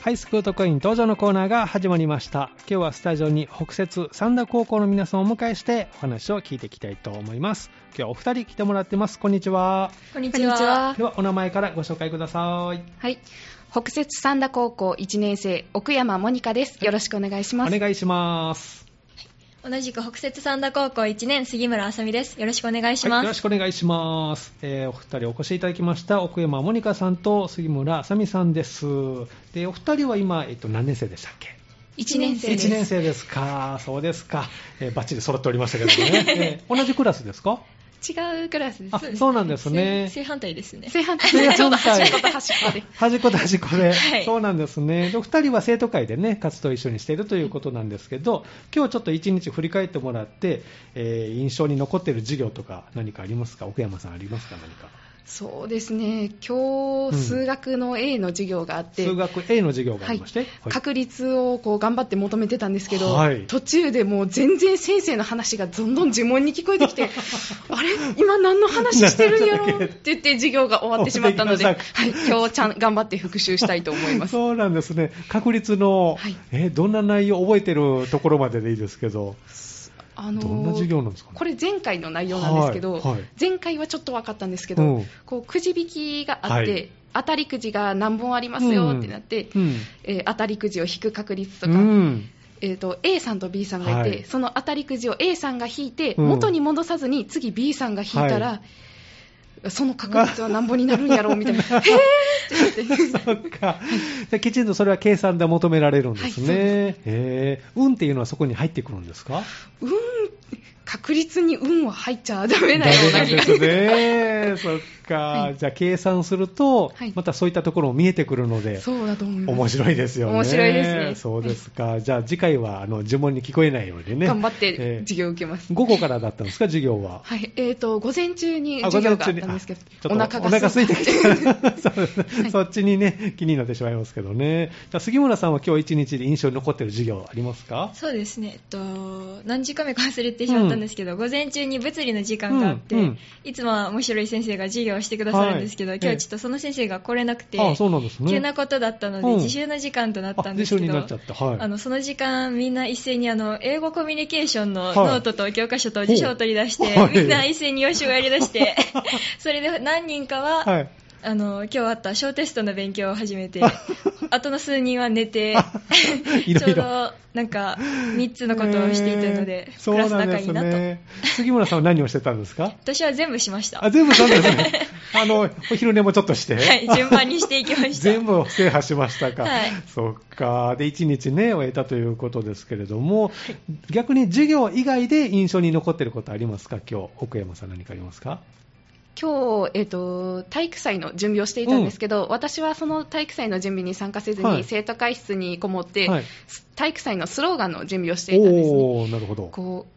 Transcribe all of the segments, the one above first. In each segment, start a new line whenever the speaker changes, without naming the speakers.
はい、スクートコイン登場のコーナーが始まりました。今日はスタジオに北摂三田高校の皆さんをお迎えしてお話を聞いていきたいと思います。今日はお二人来てもらってます。こんにちは。
こんに
こんにちは。
では、お名前からご紹介ください。
はい。北摂三田高校1年生、奥山モニカです。よろしくお願いし
お
ます。
願いします。
同じく北摂三田高校1年、杉村あさみです。よろしくお願いし
は
ま
い、よろ
す。
しくお願いします、えーお二人お越しいただきました奥山モニカさんと杉村あさみさんですでお二人は今、えっと、何年生でしたっけ
1年生で
1年
す。
生ですかそうですか、えー、バッチリ揃っておりましたけども ね、えー同じクラスですか
違うクラスで
あ
す。
そうなんですね
正正反対ですね。
正反対
正反対
ちょうど端っこと端っこで。
端っこと端っこで、
はい
そうなんですねでお二人は生徒会でね活動を一緒にしているということなんですけど今日ちょっと一日振り返ってもらって、えー印象に残っている授業とか何かありますか奥山さんありますか何か
そうですね。今
うん
日、数学の A の授業があって、
数学 A の授業がありまして、はい
確率をこう頑張って求めてたんですけど、
はい
途中でもう全然先生の話がどんどん呪文に聞こえて きてあれ今何の話してるんやろって言って授業が終わってしまったので、
終
は
わ
い
ってき、
今日ちゃん頑張って復習したいと思います
そうなんですね。確率の、
はい
えどんな内容覚えてるところまででいいですけど、
あのー
どんな授業なんですかね
これ前回の内容なんですけど、
はいはい
前回はちょっと分かったんですけど、
うん
こうくじ引きがあって、
はい
当たりくじが何本ありますよってなって、
うん、
えー当たりくじを引く確率とか、
うん
えー、と A さんと B さんがい
は
て、
い
その当たりくじを A さんが引いて、
うん
元に戻さずに次 B さんが引いたら、
は
その確率は何本になるんやろうみ たいな、へーってなっ
そ
て。
っか。じゃあきちんとそれは計算で求められるんですね。
はいそう
えー運っていうのはそこに入ってくるんですか？
運確率に運は入っちゃダメ
ダ
なような
メ
気
で
が
すね。そっか。
はい
じゃあ計算すると、
はい
またそういったところも見えてくるので。
そうだと思います
面白いですよね。
面白いですね
そうですか。じゃあ次回は、あの、呪文に聞こえないようにね。
頑張っ
え
て
ー
授業を受けます、
午後からだったんですか、授業は。
はいえー、と午前中に授業があったんですけど
あ、午
お
前
腹
中
が
にあちょっとお腹空いてき た
はい
そっちにね、気になってしまいますけどね。じゃあ杉村さんは今日一日で印象に残ってる授業ありますか
そうですね、えっと、何時間目か忘れてしまったんですけど、午前中に物理の時間があって、
うんうん
いつもは面白い先生が授業をしてくださるんですけど、
はい
今日はちょっとその先生が来れなくて、
あそうなんですね。
急なことだったので、
うん
自習の時間となったんです
あ
け
辞書に
ど、
なっちゃったはい
あのその時間、みんな一斉にあの英語コミュニケーションの
はい
ノートと教科書と辞書を取り出して、
ほうはい
みんな一斉に予習をやり だして、それで何人かは、
はい。、
あの今日あった小テストの勉強を始めて、あとの数人は寝て
いろいろ
ちょうどなんか3つのことをしていたので、
えー
クラス仲いいな
そうなん
と。
ですね。杉村さんは何をしてたんですか
私は全部しました。
あ、全部そうなんです ね。あの、お昼寝もちょっとして。
はい、順番にしていきま した。
全部を制覇しましたか、
はい
そっか、で1日ね、終えたということですけれども、逆に授業以外で印象に残っていることありますか、今日奥山さん、何かありますか、
今日、えー、と体育祭の準備をしていたんですけど、私はその体育祭の準備に参加せずに、
はい
生徒会室にこもって、
はい、
体育祭のスローガンの準備をしていたんですね。
おー、なるほど、
こう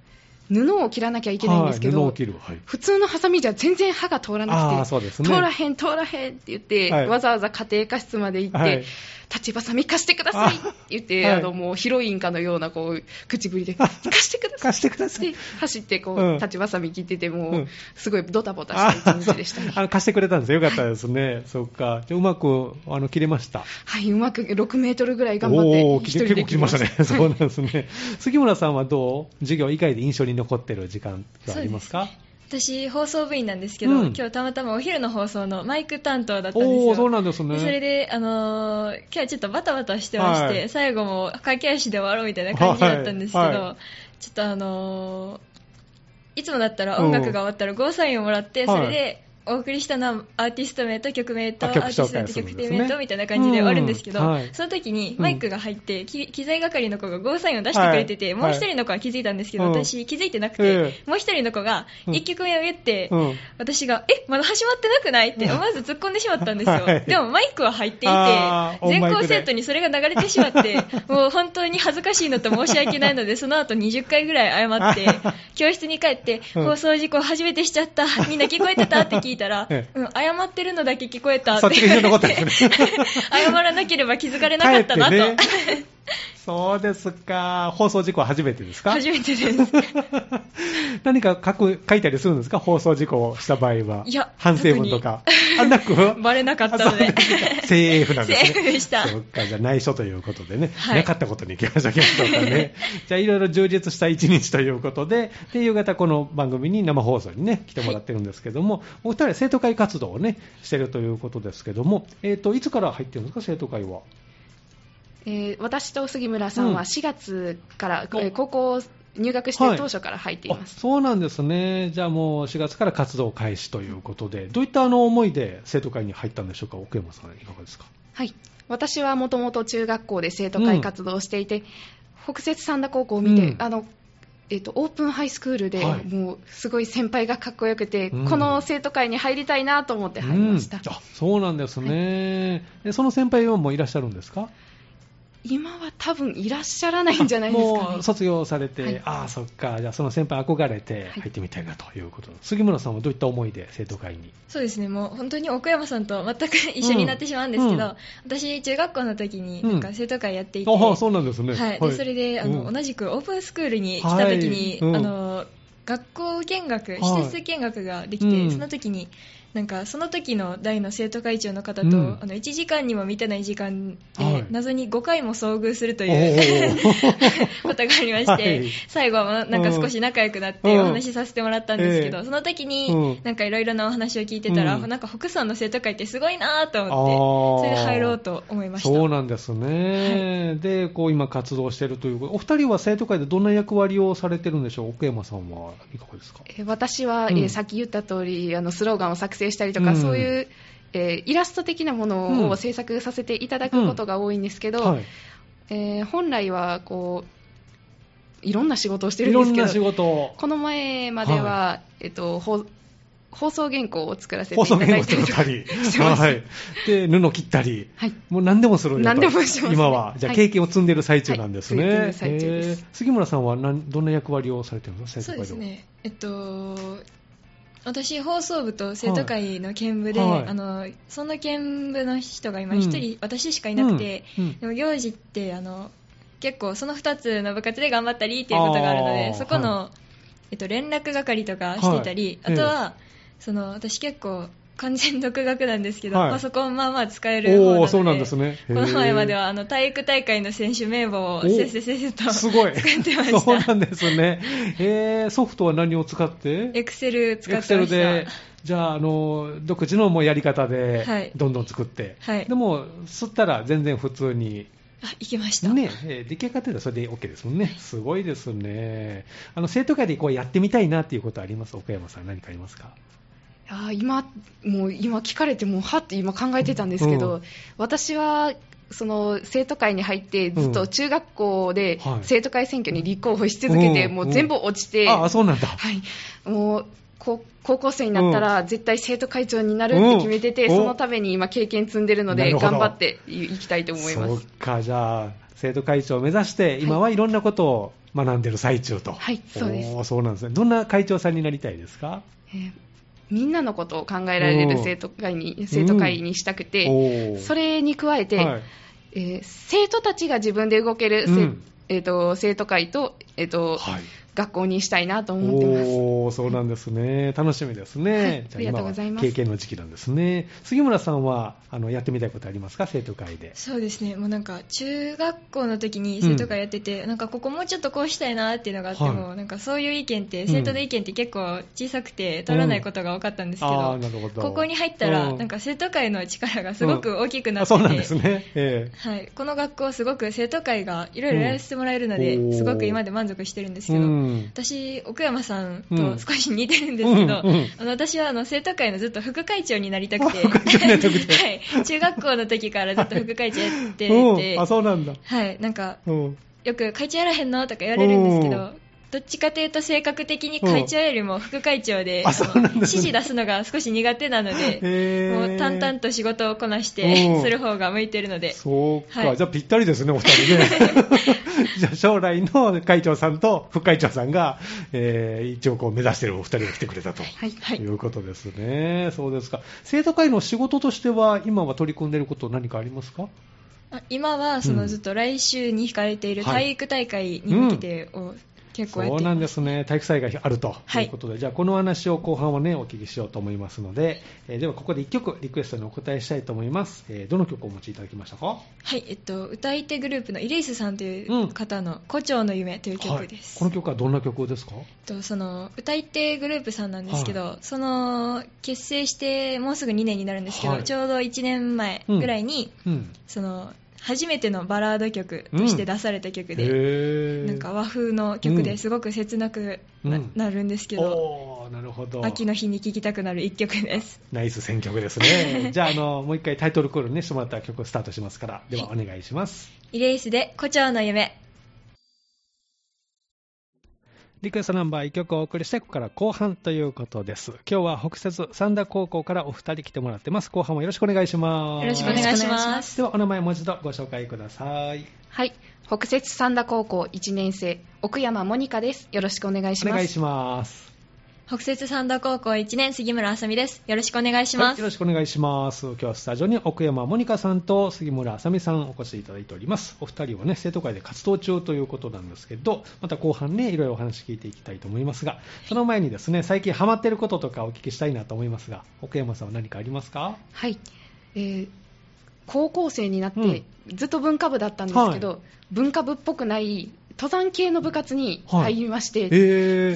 布を切らなきゃいけないんですけど、
はい、布を切る、はい、
普通のハサミじゃ全然刃が通ら
あ
な
ー
く
そう
て、
ですね
通らへん、通らへんって言って、
はい
わざわざ家庭科室まで行って、
はい
立ちばさみ貸してくださいって言って、
あ
あ
はい
のもうヒロインかのようなこう 口ぶりで、貸してください
貸してくださ
で
い。
走ってこう、
うん
立ちばさみ切ってて、もう、
うん
すごいドタボタ
あ
した一日でしたね。
あの貸してくれたんですよ、よかったですね、そっか、じゃあうまくあの切れました。
はい、うまく6メートルぐらい頑張って、
おーき
一人で
結構切りましたね、
は
そ
いう
なんですね、杉村さんはどう、授業以外で印象に残ってる時間はありますか
私、放送部員なんですけど、
うん
今日たまたまお昼の放送のマイク担当だったんです
お
よ。
ー、そうなんですね。
でそれで、あのー今日はちょっとバタバタしてまして、
はい
最後も駆け足で終わろうみたいな感じだったんですけど、
はいは
ちょっとあのーいつもだったら音楽が終わったらゴーサインをもらって、
はい
それでお送りしたのはアーティスト名と曲名と
あ
アー
曲
ティ
紹
スト名
介
と
するん
曲
ですね
名とみたいな感じで終わるんですけど、
うんはい
その時にマイクが入って、き機材係の子がゴーサインを出してくれてて、
はい
もう一人の子は気づいたんですけど、
うん
私気づいてなくて、
え
もう一人の子が一曲目を言って、
うん
私が、え、まだ始まってなくないって思わず突っ込んでしまったんですよ。
はい
でもマイクは入っていて
あ、ー
全
オンマイ
校
クで
生徒にそれが流れてしま って、もう本当に恥ずかしいのと申し訳ないので、その後20回ぐらい謝 って、教室に帰って、
うん
放送事故初めてしちゃった、みんな聞こえてたって聞いたら、
え
うん、謝ってるのだけ聞こえた
そ
っ
っち
て
が印象に
言
残
わ
った
れ
んで
て、
すね。
謝らなければ気づかれなかったなと。
帰ってねそうですか。放送事故は初めてですか
初め てです。
何か書く書いたりするんですか放送事故をした場合は。
いや
反省文とか。あ、なく
バレなかったので
あ そうすかセーフなんですね。
セーフでした
そうか、じゃあ内緒ということでね。
はい
なかったことに行きましょう、行きましょうかね。 じゃあいろいろ充実した一日ということで、で、夕方この番組に生放送にね、来てもらってるんですけども、お二人は生徒会活動をね、してるということですけども、えっ、と、いつから入ってるんですか、生徒会は。
えー私と杉村さん
うん
は4月から、
お
えー高校入学してる当初から入っていま
あ
す、
そうなんですね、じゃあもう4月から活動開始ということで、どういったあの思いで生徒会に入ったんでしょうか、奥山さん、いかがですか。
はい、私はもともと中学校で生徒会活動をしていて、北摂三田高校を見て、
うん
あのえっとオープンハイスクールで、
はい
もうすごい先輩がかっこよくて、
うん
この生徒会に入りたいなと思って入りました、
うんあそうなんですね、でその先輩はもういらっしゃるんですか
今は多分いらっしゃらないんじゃないですか、
も
ね
う、卒業されて、
はい
ああ、そっか、じゃあその先輩憧れて入ってみたいなということ、杉村さんはどういった思いで生徒会に。
そうですね、もう本当に奥山さんと全く一緒になってしまうんですけど、
うんうん
私、中学校の時に
うん
なんか生徒会やっていて、
ああ、そうなんですね。
はいでそれであの、
うん
同じくオープンスクールに来た時
は
に、
いうん
あの学校見学、
はい
施設見学ができて、
うん
その時に、なんかその時の大の生徒会長の方と、
うん
あの1時間にも満たない時間で、
はい
謎に5回も遭遇すると
お
いう
ー
ことがありまして、
はい
最後はなんか少し仲良くなっ
う
て
ん
お話しさせてもらったんですけど、
ええ
その時
う
に
ん
なんかいろいろなお話を聞いてたら、
うん
なんか北山の生徒会ってすごいなと
あ
思っ
ー
て、それで入ろうと思いました。
そうなんですね、でこう今、活動しているということお二人は生徒会でどんな役割をされてるんでしょう、奥山さんはいかがですか。
えー私は、
うん
えーさっき言った通りあのスローガンを作成したりとか、
うん
そういう、えーイラスト的なもの
うん
を制作させていただくことが多いんですけど、
はい、
えー本来はこういろんな仕事をしてる
い
ん
ろ
です
ん
け
な仕
ど
事を
この前までは、えっと、放放送原稿を作らせてい
放
た
送
だ
言
い
語
たりと
した
か
り
してました
はい、で布切ったり、
はい
もう何でもするよと
何でもしますね
今は、じゃあ
はい
経験を積んでる最中なんですね、
はい経験最中です
へー杉村さんは何どんな役割をされてるんですか、生
そう
徒
で
会
す
は。
ね。えっと、私、放送部と生徒会の兼部で、
はいはい
あの、その兼部の人が今
うん
一人、私しかいなくて、
うんうん
でも行事って、あの、結構その2つの部活で頑張ったりっていうことがあるの
あ
で、
ー
そこの、
は
えっと、連絡係とかしていたり、
はい
あとは、その、私結構、完全独学なんですけど、
はい
パソコンまあまあ使える方なの
お
で
ーそうなんですね。
この前まで
へー
はあの体育大会の選手名簿をせっせせっせと
すごい。
作ってました
そうなんですね。えー、ソフトは何を使って
エクセル使
エ
っ
クセ
てま
ル
した
で、じゃあ、あの、独自のもうやり方
は
で
い、
どんどん作って。
はい
でも、吸ったら全然普通に、
あ 行きました、
ね、えー出来上がってたらそれで OK ですもんね。すごいですね。あの、生徒会でこうやってみたいなっていうことあります奥山さん、何かありますか
あー今もう今聞かれてもうはって今考えてたんですけ
う
ど、
ん
私はその生徒会に入ってずっ
うん
と中学校で
はい
生徒会選挙に立候補し続けて、
うん
もう全部落ちて、
ああ、そうなんだ。
はい、もうこ高校生になったら絶対生徒会長になるっ
うん
て決めてて、
お
そのために今経験積んでるの
な
で
るほど
頑張っていいきたいと思いま
そ
す
うか、じゃあ、生徒会長を目指して、今はいろんなことを学んでる最中と。
はいそうです
おーそうなんですね。どんな会長さんになりたいですか
えーみんなのことを考えられる生徒会に生徒会にしたくて、
おー
それに加えて、
はい
えー生徒たちが自分で動ける、せ
うん
えー、と生徒会と,、えーと
はい
学校にしたいなと思ってます。
おーそうなんですね、楽しみですね、
はいありがとうございま
じ
す
ゃあ今は経験の時期なんですね、杉村さんはあのやってみたいことありますか、生徒会で。
そうですねもうなんか中学校の時に生徒会やってて、なんかここもうちょっとこうしたいなっていうのがあっても、
はい
なんかそういう意見って、
うん
生徒の意見って結構小さくて取らないことが多かったんですけ
あ
ど,、
ーなるほど
ここに入ったら、
うん
なんか生徒会の力がすごく大きくな
あ
って
そ
て、
うなんですね、え
はい、この学校すごく生徒会がいろいろやらせてもらえるので、
うん
すごく今で満足してるんです
え
けど、
うん
私、奥山さん
うん
と少し似てるんですけど、
うんうん
あの私はあの生徒会のずっと副会長になりたくて、
副会長になりたくて
はい、中学校の時からずっと副会長やってて、
うん、あそうなんだ、
はい、なんか
うん、
よく会長やらへんのとか言われるんですけ
う
ど、どっちかというと性格的に会長よりも副会長で、
あ
あ
そうなん
の
ですね
指示出すのが少し苦手なので、
へ
も
ー
う淡々と仕事をこなし
うん
てする方が向いてるので、
そうか、
はい
じゃあぴったりですね、お二人 ね。じゃあ将来の会長さんと副会長さんが、えー一応こう目指してるお二人が来てくれたと。
はい
はい
いうことですね。そうですか。生徒会の仕事としては、今は取り組んでいること何かありますか
あ今はそうの
ん
ずっと来週に控えている
はい
体育大会に向けてを結構や
そ
っ
う
てい
なん
ま
ですね、体育祭があるとい
はいう
ことで、じゃあ、このお話を後半はね、お聞きしようと思いますので、えーではここで1曲、リクエストにお答えしたいと思います。えーどの曲をお持ちいただきましたか
はい、えっと、歌い手グループのイレイスさんとい
うん
う方の「胡蝶の夢」という曲です、
はいこの曲はどんな曲ですか
えっとその歌い手グループさんなんですけど、その結成してもうすぐ2年になるんですけど、
はい
ちょうど1年前ぐらいに、
うん。
その初めてのバラード曲として出された曲で、
へ
なんか和風の曲
う
で
ん
すごく切なくな,、
うん
るんですけど
おー、なるほど。
秋の日に聴きたくなる一曲です
ナイス選曲です ね。じゃあ、あの、もう一回タイトルコールね、してもらったら曲をスタートしますから、ではお願いします。
イレイスで「胡蝶の夢
リクエストナンバー1曲をお送りして、ここから後半ということです。今日は北節三田高校からお二人来てもらってます。後半もよろしくお願いし」ま
よ
す。
ろしくお願いし
よろしくお願いし
ま
ます
では、お名前もう一度ご紹介ください。
はい北摂三田高校1年生奥山モニカですよろしくお願いし
お
ま
願い
す
します。
北摂三田高校1年杉村あさみですよろしくお願いしま
はい
す、
よろしくお願いします。今日はスタジオに奥山モニカさんと杉村あさみさんお越しいただいております。お二人はね、生徒会で活動中ということなんですけど、また後半ね、いろいろお話聞いていきたいと思いますが、その前にですね、最近ハマってることとかお聞きしたいなと思いますが、奥山さんは何かありますか
はい、えー高校生になって、
うん
ずっと文化部だったんですけど、
はい
文化部っぽくない登山系の部活に入りまして、
え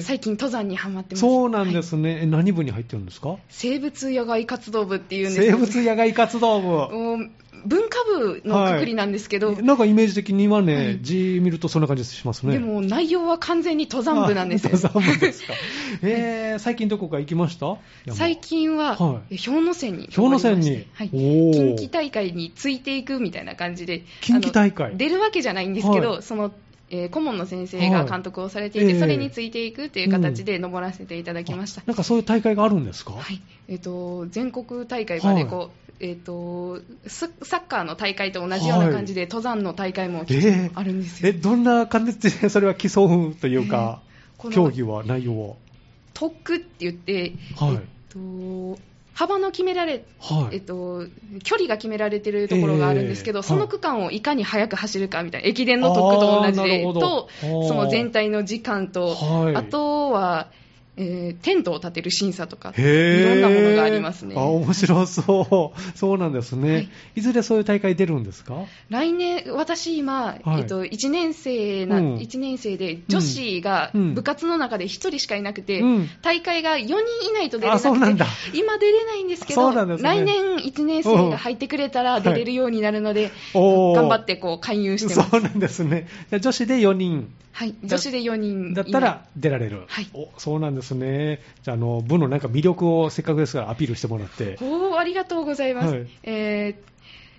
ー、
最近登山にはまってます
そうなんで
はい
すね。え何部に入ってるんですか
生物野外活動部っていうんですけ
生
ど
物野外活動部。
もう文化部のくくりなんですけど、
なんかイメージ的に今ね、
はい
字見るとそんな感じしますね。
でも内容は完全に登山部なんですよ
あ登山部です か。えー、最近どこか行きました山
最近は、
はい
氷ノ山に
氷ノ山に、
はい、
おー
近畿大会についていくみたいな感じで
近畿大会
あの出るわけじゃないんですけど、
は
その、えー顧問の先生が監督をされてい
は
て、
いええ
それについていくという形で登らせていただきました
あ、なんかそういう大会があるんですか、
はいえー、と全国大会までこう、
は
えー、とスサッカーの大会と同じような感じで、登山の大会も
えー
あるんですよ、
えどんな感じで それは競うというか、
この
競技は内容は
トックって言って、
はい
えっと、幅の決められ、
はい、
えっと、距離が決められてるところがあるんですけ
え
ど、
え
その区間をいかに速く走るかみたいな、駅伝のトックと同じ
あーなる
で、
ほど
と
あー
その全体の時間と、
はい
あとは、えーテントを立てる審査とか、
へ
い
ー
ろんなものがありますね
あ。面白そう、 そうなんですね、
はいい、
ずれそういう大会出るんですか、
来年、私今、
はい
えっと、1年生な、
うん
一年生で、女子が
うん
部活の中で1人しかいなくて、
うん
大会が4人以内と出れ
あ
な
そうなん
くて
だ、
今出れないんですけ
そう
ど、
なんですね
来年1年生が入ってくれたら出れるようになるので、
おー
頑張ってこう勧誘してます。
そうなんですね、じゃあ女子で4人
はい、女子で4人
だったら出られる、
はい
おそうなんですね、じゃああの部のなんか魅力をせっかくですからアピールしてもらって
以、内おーありがとうございます、
はい
えー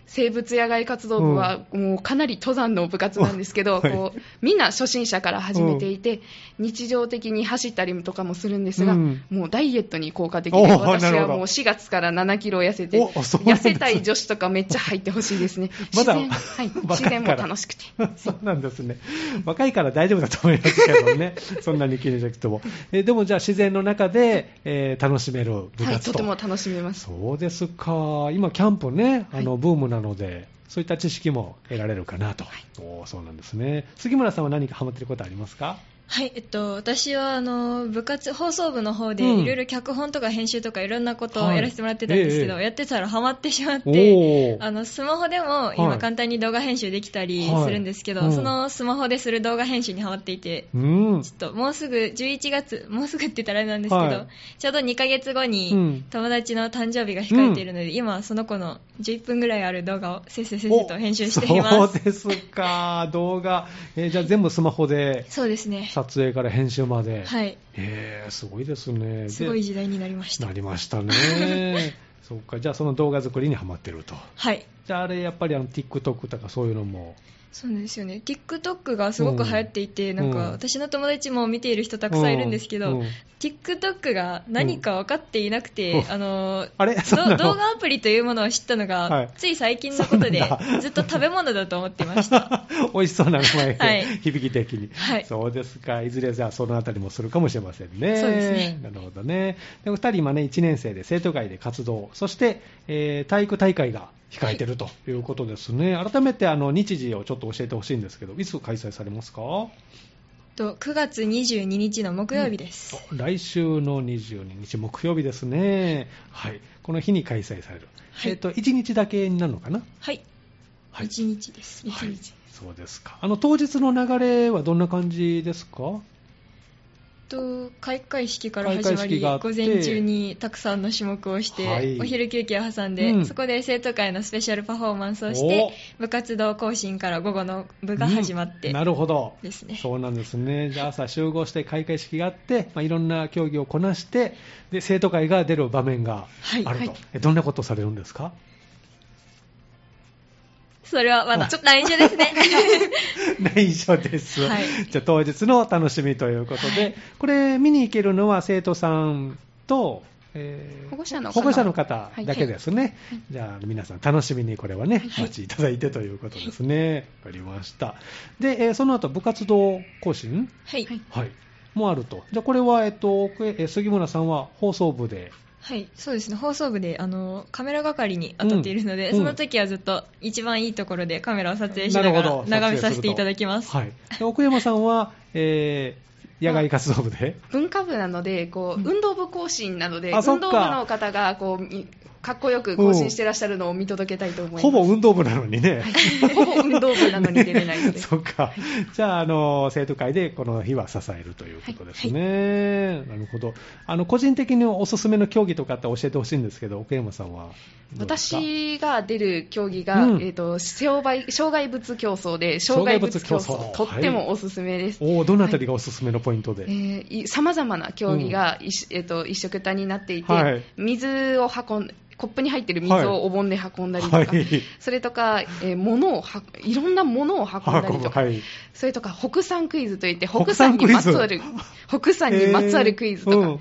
生物野外活動部はもうかなり登山の部活なんですけど、
はい
こうみんな初心者から始めていて、日常的に走ったりとかもするんですが、
うん
もうダイエットに効果的
お
で
ー
私
なる
は
ほど
もう4月から7キロ痩せて
おそうなん
痩
ですね
せたい女子とかめっちゃ入ってほしいですね
ま
自
だ
然,、はい、
若い
自然も楽しくて
そうなんですね。若いから大丈夫だと思いますけど ね。そんなに気にしなくても。えでもじゃあ自然の中で、えー楽しめる部
はい、と
活と。
ても楽しめます
そうですか。今キャンプね、あの、
は
ブームなので、そういった知識も得られるかなと。おーそうなんですね。杉村さんは何かハマってることありますか
はい、えっと、私はあの部活放送部の方
うん
でいろいろ脚本とか編集とかいろんなことを
はい
やらせてもらってたんですけ
え
ど、
え
やってたらハマってしまっ
おー
て。あのスマホでも
は
今
い
簡単に動画編集できたり
はい
するんですけど、
うん
そのスマホでする動画編集にハマっていて、
うん。
ちょっともうすぐ11月もうすぐって言ったらあれなんですけど、
はい
ちょうど2ヶ月後
う
に
ん
友達の誕生日が控えているので、今はその子の11分ぐらいある動画をせっせせっせと編集しています
おそうですか。動画。えーじゃあ全部スマホで、
そうですね
撮影から編集まで。
はい
えーすごいですね。です
ごい時代になりました
なりました ね。そうか、じゃあその動画作りにはまってると。
はい
じゃああれ、やっぱりあの TikTok とかそういうのも。
そうなんですよね TikTok がすごく流行っていて、
うん
なん
うん
か私の友達も見ている人たくさんいるんですけど、
うんうん
TikTok が何か分かっていなくて、
うん
あの
あれ
ど
そうなの
動画アプリというものを知ったのが、
はい
つい最近のことで
そうなんだ
ずっと食べ物だと思っ てました
美味しそうな名前で、
はい
響き的に、
はい
そうですか、いずれじゃあそのあたりもするかもしれませんね。
そうですね
なるほどね。で、お二人今ね、1年生で生徒会で活動、そして、えー体育大会が控えてるということですね、改めてあの日時をちょっと教えてほしいんですけど、いつ開催されますか
と9月22日の木曜日です、
来週の22日木曜日ですね、はい、この日に開催される、
はい
えっと1日だけになるのかな、
はい、
はい
1日です1日、
はいそうですかあの当日の流れはどんな感じですか
と開会式から始
開
ま
会
り
式があって
午前中にたくさんの種目をして、
はい
お昼休憩を挟んで、
うん
そこで生徒会のスペシャルパフォーマンスをして部活動更新から午後の部が始まって
うんなるほど
ですね
そうなんですねじゃあ朝集合して開会式があって、まあ、いろんな競技をこなしてで生徒会が出る場面があると、
はいはい
えどんなことをされるんですか
それはまだちょっと内緒ですね
内緒です、
はい
じゃあ当日のお楽しみということで、これ見に行けるのは生徒さんと、えー
保護者の方
保護者の方だけですね、じゃあ皆さん楽しみにこれはね、お待ちいただいてということですね、わかりましたで、えーその後部活動更新
はい
はい
はい、もあると、じゃあこれは、えっと、奥江え杉村さんは放送部で、
はい、そうですね放送部であのカメラ係に当たっているので、
うん
その時はずっと一番いいところでカメラを撮影し
な
な
る
が
ほ
ら
ど
眺めさせていただきます
はい、で奥山さんは、えー野外活動部で、
文化部なのでこう運動部更新なので
あそっ
運
か
動部の方がこうみかっこよく更新してらっしゃるのを見届けたいと思います
ほぼ運動部なのにね。
ほぼ運動部なのに出れないの で
そっか。じゃあ、あの、生徒会でこの日は支えるということですね。なるほど。あの、個人的におすすめの競技とかって教えてほしいんですけど、奥山さんはどうですか。
私が出る競技が、
うん
えー、と障害障害物競争で障害物競
障害
争
物競
と
争
ってもおすすめです
おお、どのあたりがおすすめのポイントで。
さまざまな競技が一,、えー、と一色たになっていて、
はい
水を運んコップに入ってる水
はい
をお盆で運んだりとか、
はい。
それとか、えー物をはいろんなものを運んだりとか、
はい。
それとか北山クイズといって
北
北
山
山
ク
に
イズ
まつわる北山にまつわるクイズとか、
えーうん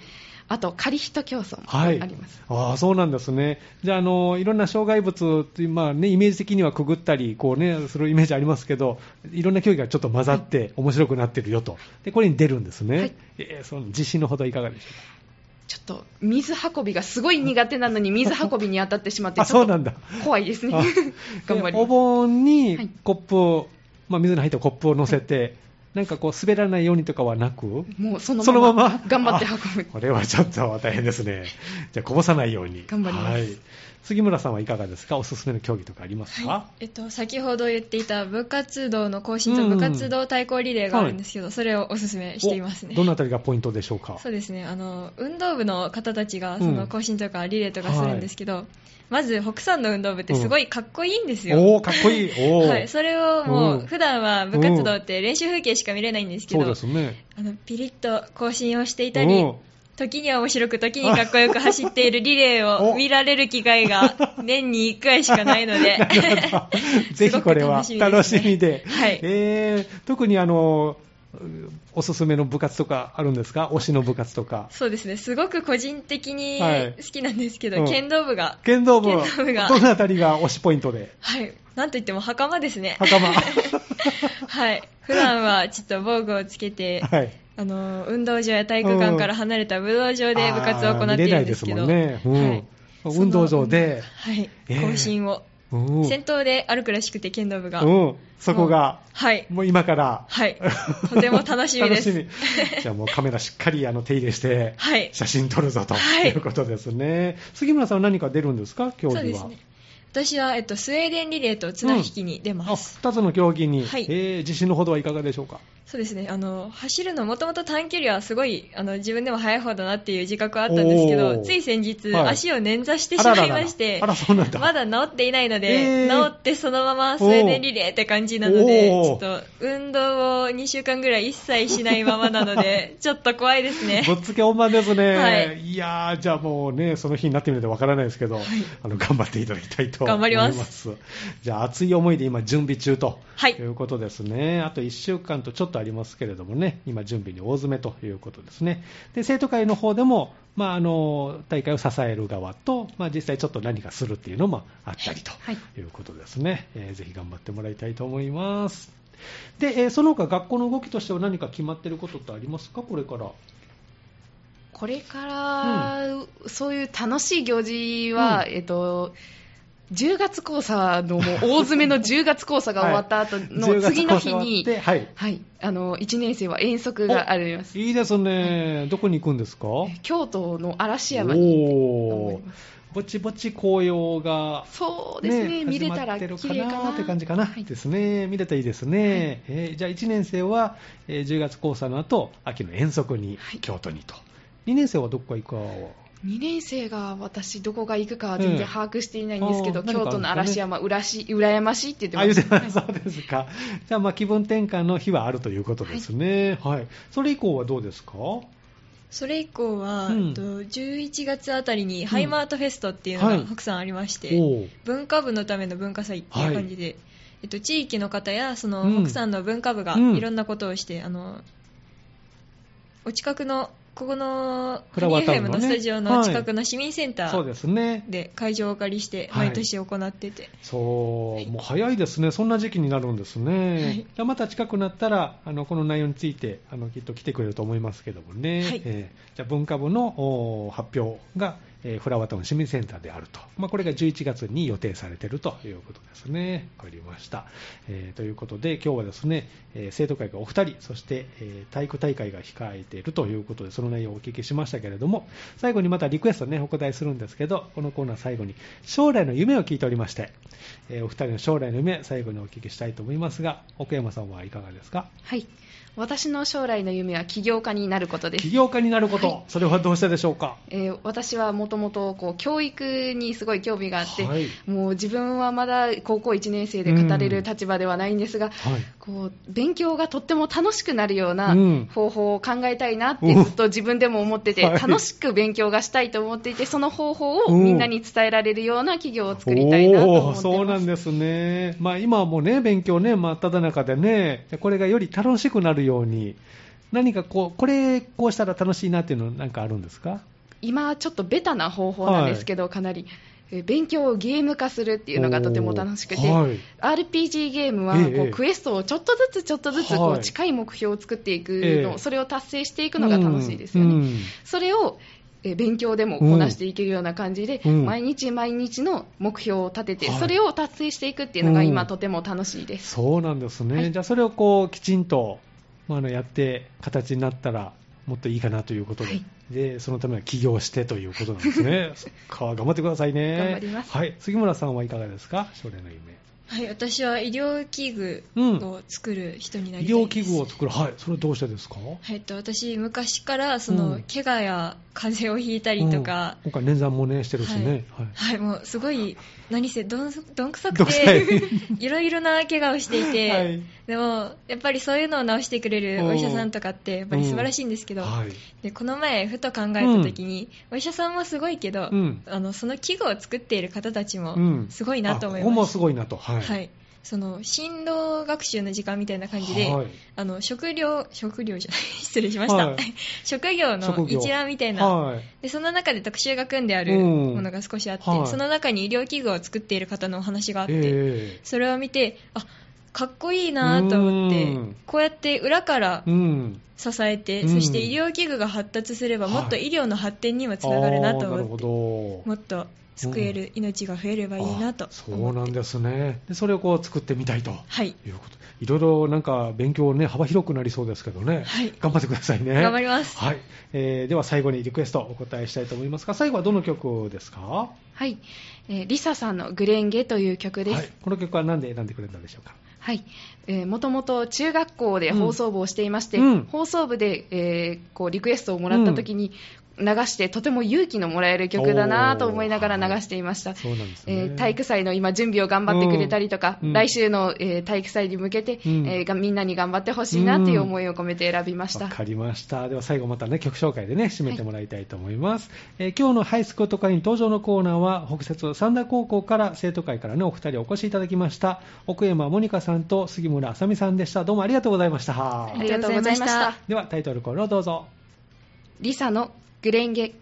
あと仮人競争もあ
はい、
ります、
ああそうなんですね、じゃあ、あのいろんな障害物っていう、まあね、イメージ的にはくぐったりこう、ね、するイメージありますけど、いろんな競技がちょっと混ざって、面白くなってるよと、でこれに出るんですね、
はい
えーその自信のほどいかがでしょ
ちょっと水運びがすごい苦手なの に水運びに当たってしまっ
うか、
て
あ
ちょ
そう
っ
な
と
ん だ、
怖いですね
あ
頑張り
でお
ます
盆
は
に
い
コップを、まあ、水の入ったコップを乗せて、なんかこう、滑らないようにとかはなく、
もうそ
そのま
のま
ま
ま頑張って運ぶ
これはちょっと大変ですね、じゃあ、こぼさないように、
頑張りま
は
す
い、杉村さんはいかがですか、おすすめの競技とかありますか、
はいえっと、先ほど言っていた部活動の更新と
うんうん
部活動対抗リレーがあるんですけど、それをおすすめしていますね
おどのあたりがポイントでしょうか
そうですねあの運動部の方たちがそ
うん
の更新とかリレーとかするんですけど、まず北山の運動部ってすごいかっこいいんですよ、
おおかっこいい おお、
はい、それをも
うん
う普段は部活動って練習風景しか見れないんですけ
そうで
ど
すね
あのピリッと更新をしていた
う
り
ん
時には面白く時にかっこよく走っているリレー
お
を見られる機 会が年に1回しかないので
ぜひこれは
すごく
楽
楽
し
し
み
み
で
ですねはい
えー特にあのおすすめの部活とかあるんですか推しの部活とか
そうですねすごく個人的に
はい
好きなんですけど、
うん
剣道部が、
剣道部
剣道部が
どのあたりが推しポイント で
はい、なんといっても袴ですね、
袴
はい、普段はちょっと防具をつけて、
はい
あの運動場や体育館から離れた武道場で部活を行っているんですけど、
あー見れないですもんね、うん
はい
運動場で、
はい、
えー
更新を、
うん
先頭で歩くらしくて剣道部が、
うん、そこが
はい、
もう今から
はい、とても楽しみです。
楽しみじゃあもうカメラしっかりあの手入れして
はい、
写真撮るぞと
はい
いうことですね、杉村さんは何か出るんですか、競技は。
そうですね。私は、えっと、スウェーデンリレーと綱引きに出
あ
ます。
2つの競技に、
はい
えー自信のほどはいかがでしょうか、
そうですね。あの、走るのもともと短距離はすごい、あの、自分でも速い方だなっていう自覚はあったんですけ
おー
ど、つい先日、
はい
足を捻挫して
あ
し
ら
ま
ら
い
らら
まして
あ、らそうなんだ、
まだ治っていないので、
えー
治ってそのままスウェーデンリレーって感じなので、
お
ち
ー
ょっと運動を2週間ぐらい一切しないままなの で、ちょっと怖いですね。
ぶっつけ本番ですね、
はい
いやー、じゃあもうね、その日になってみないとわからないですけど、あの頑張っていただきたいと思い
頑
ます。
張ります
じゃあ、熱い思いで今、準備中と
はい
いうことですね、あと1週間とちょっとありますけれどもね、今、準備に大詰めということですね、で生徒会の方でも、まあ、あの大会を支える側と、まあ、実際ちょっと何かするっていうのもあったりと
はい
いうことですね、えーぜひ頑張ってもらいたいと思います。で、えーその他学校の動きとしては何か決まっていることってありますか、これから。
これから、そういう楽しい行事は、えっと10月交差のもう大詰め の10月交差が終わった後
10
の
月
次の日
交
に、
差終わってはい。
はい、あの1年生は遠足があります
いいですね。どこに行くんですか
京都の嵐山に
お
思
ー
います
ぼちぼち紅葉が
そうですね見れた
始
ら綺
まって
麗
る
か
か
な
なって感じかな、
はい
ですね見れたらいいですね、えーじゃあ1年生は、えー10月交差の後秋の遠足に、
はい
京都にと2年生はどこか行くかを
2年生が私どこが行くかは全
ええ
然把握していないんですけど、
あー何かあ
京
る
都
んですかね
の嵐山浦し羨ましいって言
あ言
っ
ってて
ました
ます そうですかじゃあまあ気分転換の日はあるということですね、はいそれ以降はどうですか
それ以降は、
うん
えっと11月あたりにハイマートフェストっていうの
は
が
い
白山ありまして、
おう
文化部のための文化祭っていう感じで、えっと、地域の方やその
うん
北山の文化部が
うん
いろんなことをして、あのお近くのここの
フラワータウン
FM
のね
のスタジオの近くの市民センタ
そう
ー
ですね
で会場をお借りして
はい
毎年行ってて、
そう、もう早いですね、そんな時期になるんですね、
はい
じゃあまた近くなったら、あのこの内容についてあの、きっと来てくれると思いますけどもね、
はい
えーじゃあ文化部のおー発表が、えーフラワータウン市民センターであると、まあ、これが11月に予定されているということですね、わかりました。えーということで、今日はですね、えー生徒会がお二人、そして、えー体育大会が控えているということで、その内容をお聞きしましたけれども、最後にまたリクエストね、お答えするんですけど、このコーナー最後に、将来の夢を聞いておりまして、えーお二人の将来の夢、最後にお聞きしたいと思いますが、奥山さんはいかがですか
はい私の将来の夢は起業家になることです
起業家になること、それはどうしてでしょうか
えー私はもともとこう教育にすごい興味があって、
はい
もう自分はまだ高校1年生で語れる立場ではないんですが、
はい。
こう勉強がとっても楽しくなるよう
う
なん方法を考えたいなっ
お
てずっと自分でも思ってて、
はい
楽しく勉強がしたいと思っていてその方法
う
を
ん
みんなに伝えられるような企業を作りたいなと思ってます
おーそうなんですね。まあ今はもうね、勉強ね、真っ只中でね、これがより楽しくなるように、何かこう、これ、こうしたら楽しいなっていうのなんかあるんですか
今ちょっとベタな方法なんですけど、かなりえー勉強をゲーム化するっていうのがとても楽しくて、
おーはい
RPG ゲームは
え
こ
え
う、
ええ
クエストをちょっとずつちょっとずつこ
は
う
い
近い目標を作っていくの、
ええ
それを達成していくのが楽しいですよね。
うんうん
それをえー勉強でもこなしていけるような感じで、
うん
毎日毎日の目標を立てて、
はい
それを達成していくっていうのが
う
今
ん
とても楽しいです。
そうなんですね、
はい
じゃあそれをこうきちんと、まあ、あのやって形になったらもっといいかなということで,、
はい
でそのためは起業してということなんです ねそっか頑張ってくださいね
頑張ります
はい、杉村さんはいかがですか将来の夢
はい、私は医療器具を作る人にな
医
りたい
療
です、
器具を作るはいそれはどうしてですか
はいえっと、私、昔からそうの
ん
怪我や風邪をひいたりとか、
うん今回捻挫もねしてるしね、はい
はい、もうすごい、何せどんどんくさ
ど
く
んくさい
て、 いろいろな怪我をしていて、
はい
でも、やっぱりそういうのを治してくれるお医者さんとかって、やっぱり素晴らしいんですけど、
はい
でこの前、ふと考えたときに、お医者さんもすごいけど、
うん
あのその器具を作っている方たちも
うん、
すごいなと思い
あここも
ますす。
ごいなとはい、
はい、その振動学習の時間みたいな感じで、
はい
あの食料、食料じゃない、 失礼しました、
はい
職業の
職業
一覧みたいな、
はい
でその中で特集が組んである
うん
ものが少しあって、
はい
その中に医療器具を作っている方のお話があって、
え
それを見てあかっこいいなと思
う
って
ん
こうやって裏から
えうん
支えて、
うん
そして医療器具が発達すれば
はい
もっと医療の発展にもつながるなと
あーなる
思
ほ
って、
ど
もっと救える命が増えればいいなと
あそ
思
う
って
なんですねでそれをこう作ってみたいと
はい、
いうこといろいろなんか勉強ね幅広くなりそうですけどね、
はい
頑張ってくださいね
頑張ります
はいえーでは最後にリクエストお答えしたいと思いますが最後はどの曲ですか
はい、えーリサさんのグレンゲという曲です。
はい、この曲は何で選んでくれたんでしょうか
はい、えーもともと中学校で放送部をしていまして、
うん
放送部で、えーこうリクエストをもらった時に流して、とても勇気のもらえる曲だなと思いながら流していました。
そうなんですね、
えー体育祭の今、準備を頑張ってくれたりとか、
うんうん
来週の、えー体育祭に向けて、
うん
えーがみんなに頑張ってほしいなという思いを込めて選びました。
わかりました。では最後またね、曲紹介でね、締めてもらいたいと思います。えー今日のハイスクート会員登場のコーナーは、北節三田高校から生徒会からね、お二人お越しいただきました。奥山モニカさんと杉村あさみさんでした。どうもありがとうございました。
ありがとうござい
ありがとうご
まし
ざいました
た。
ではタイトルコールをどうぞ。
リサのグレンゲ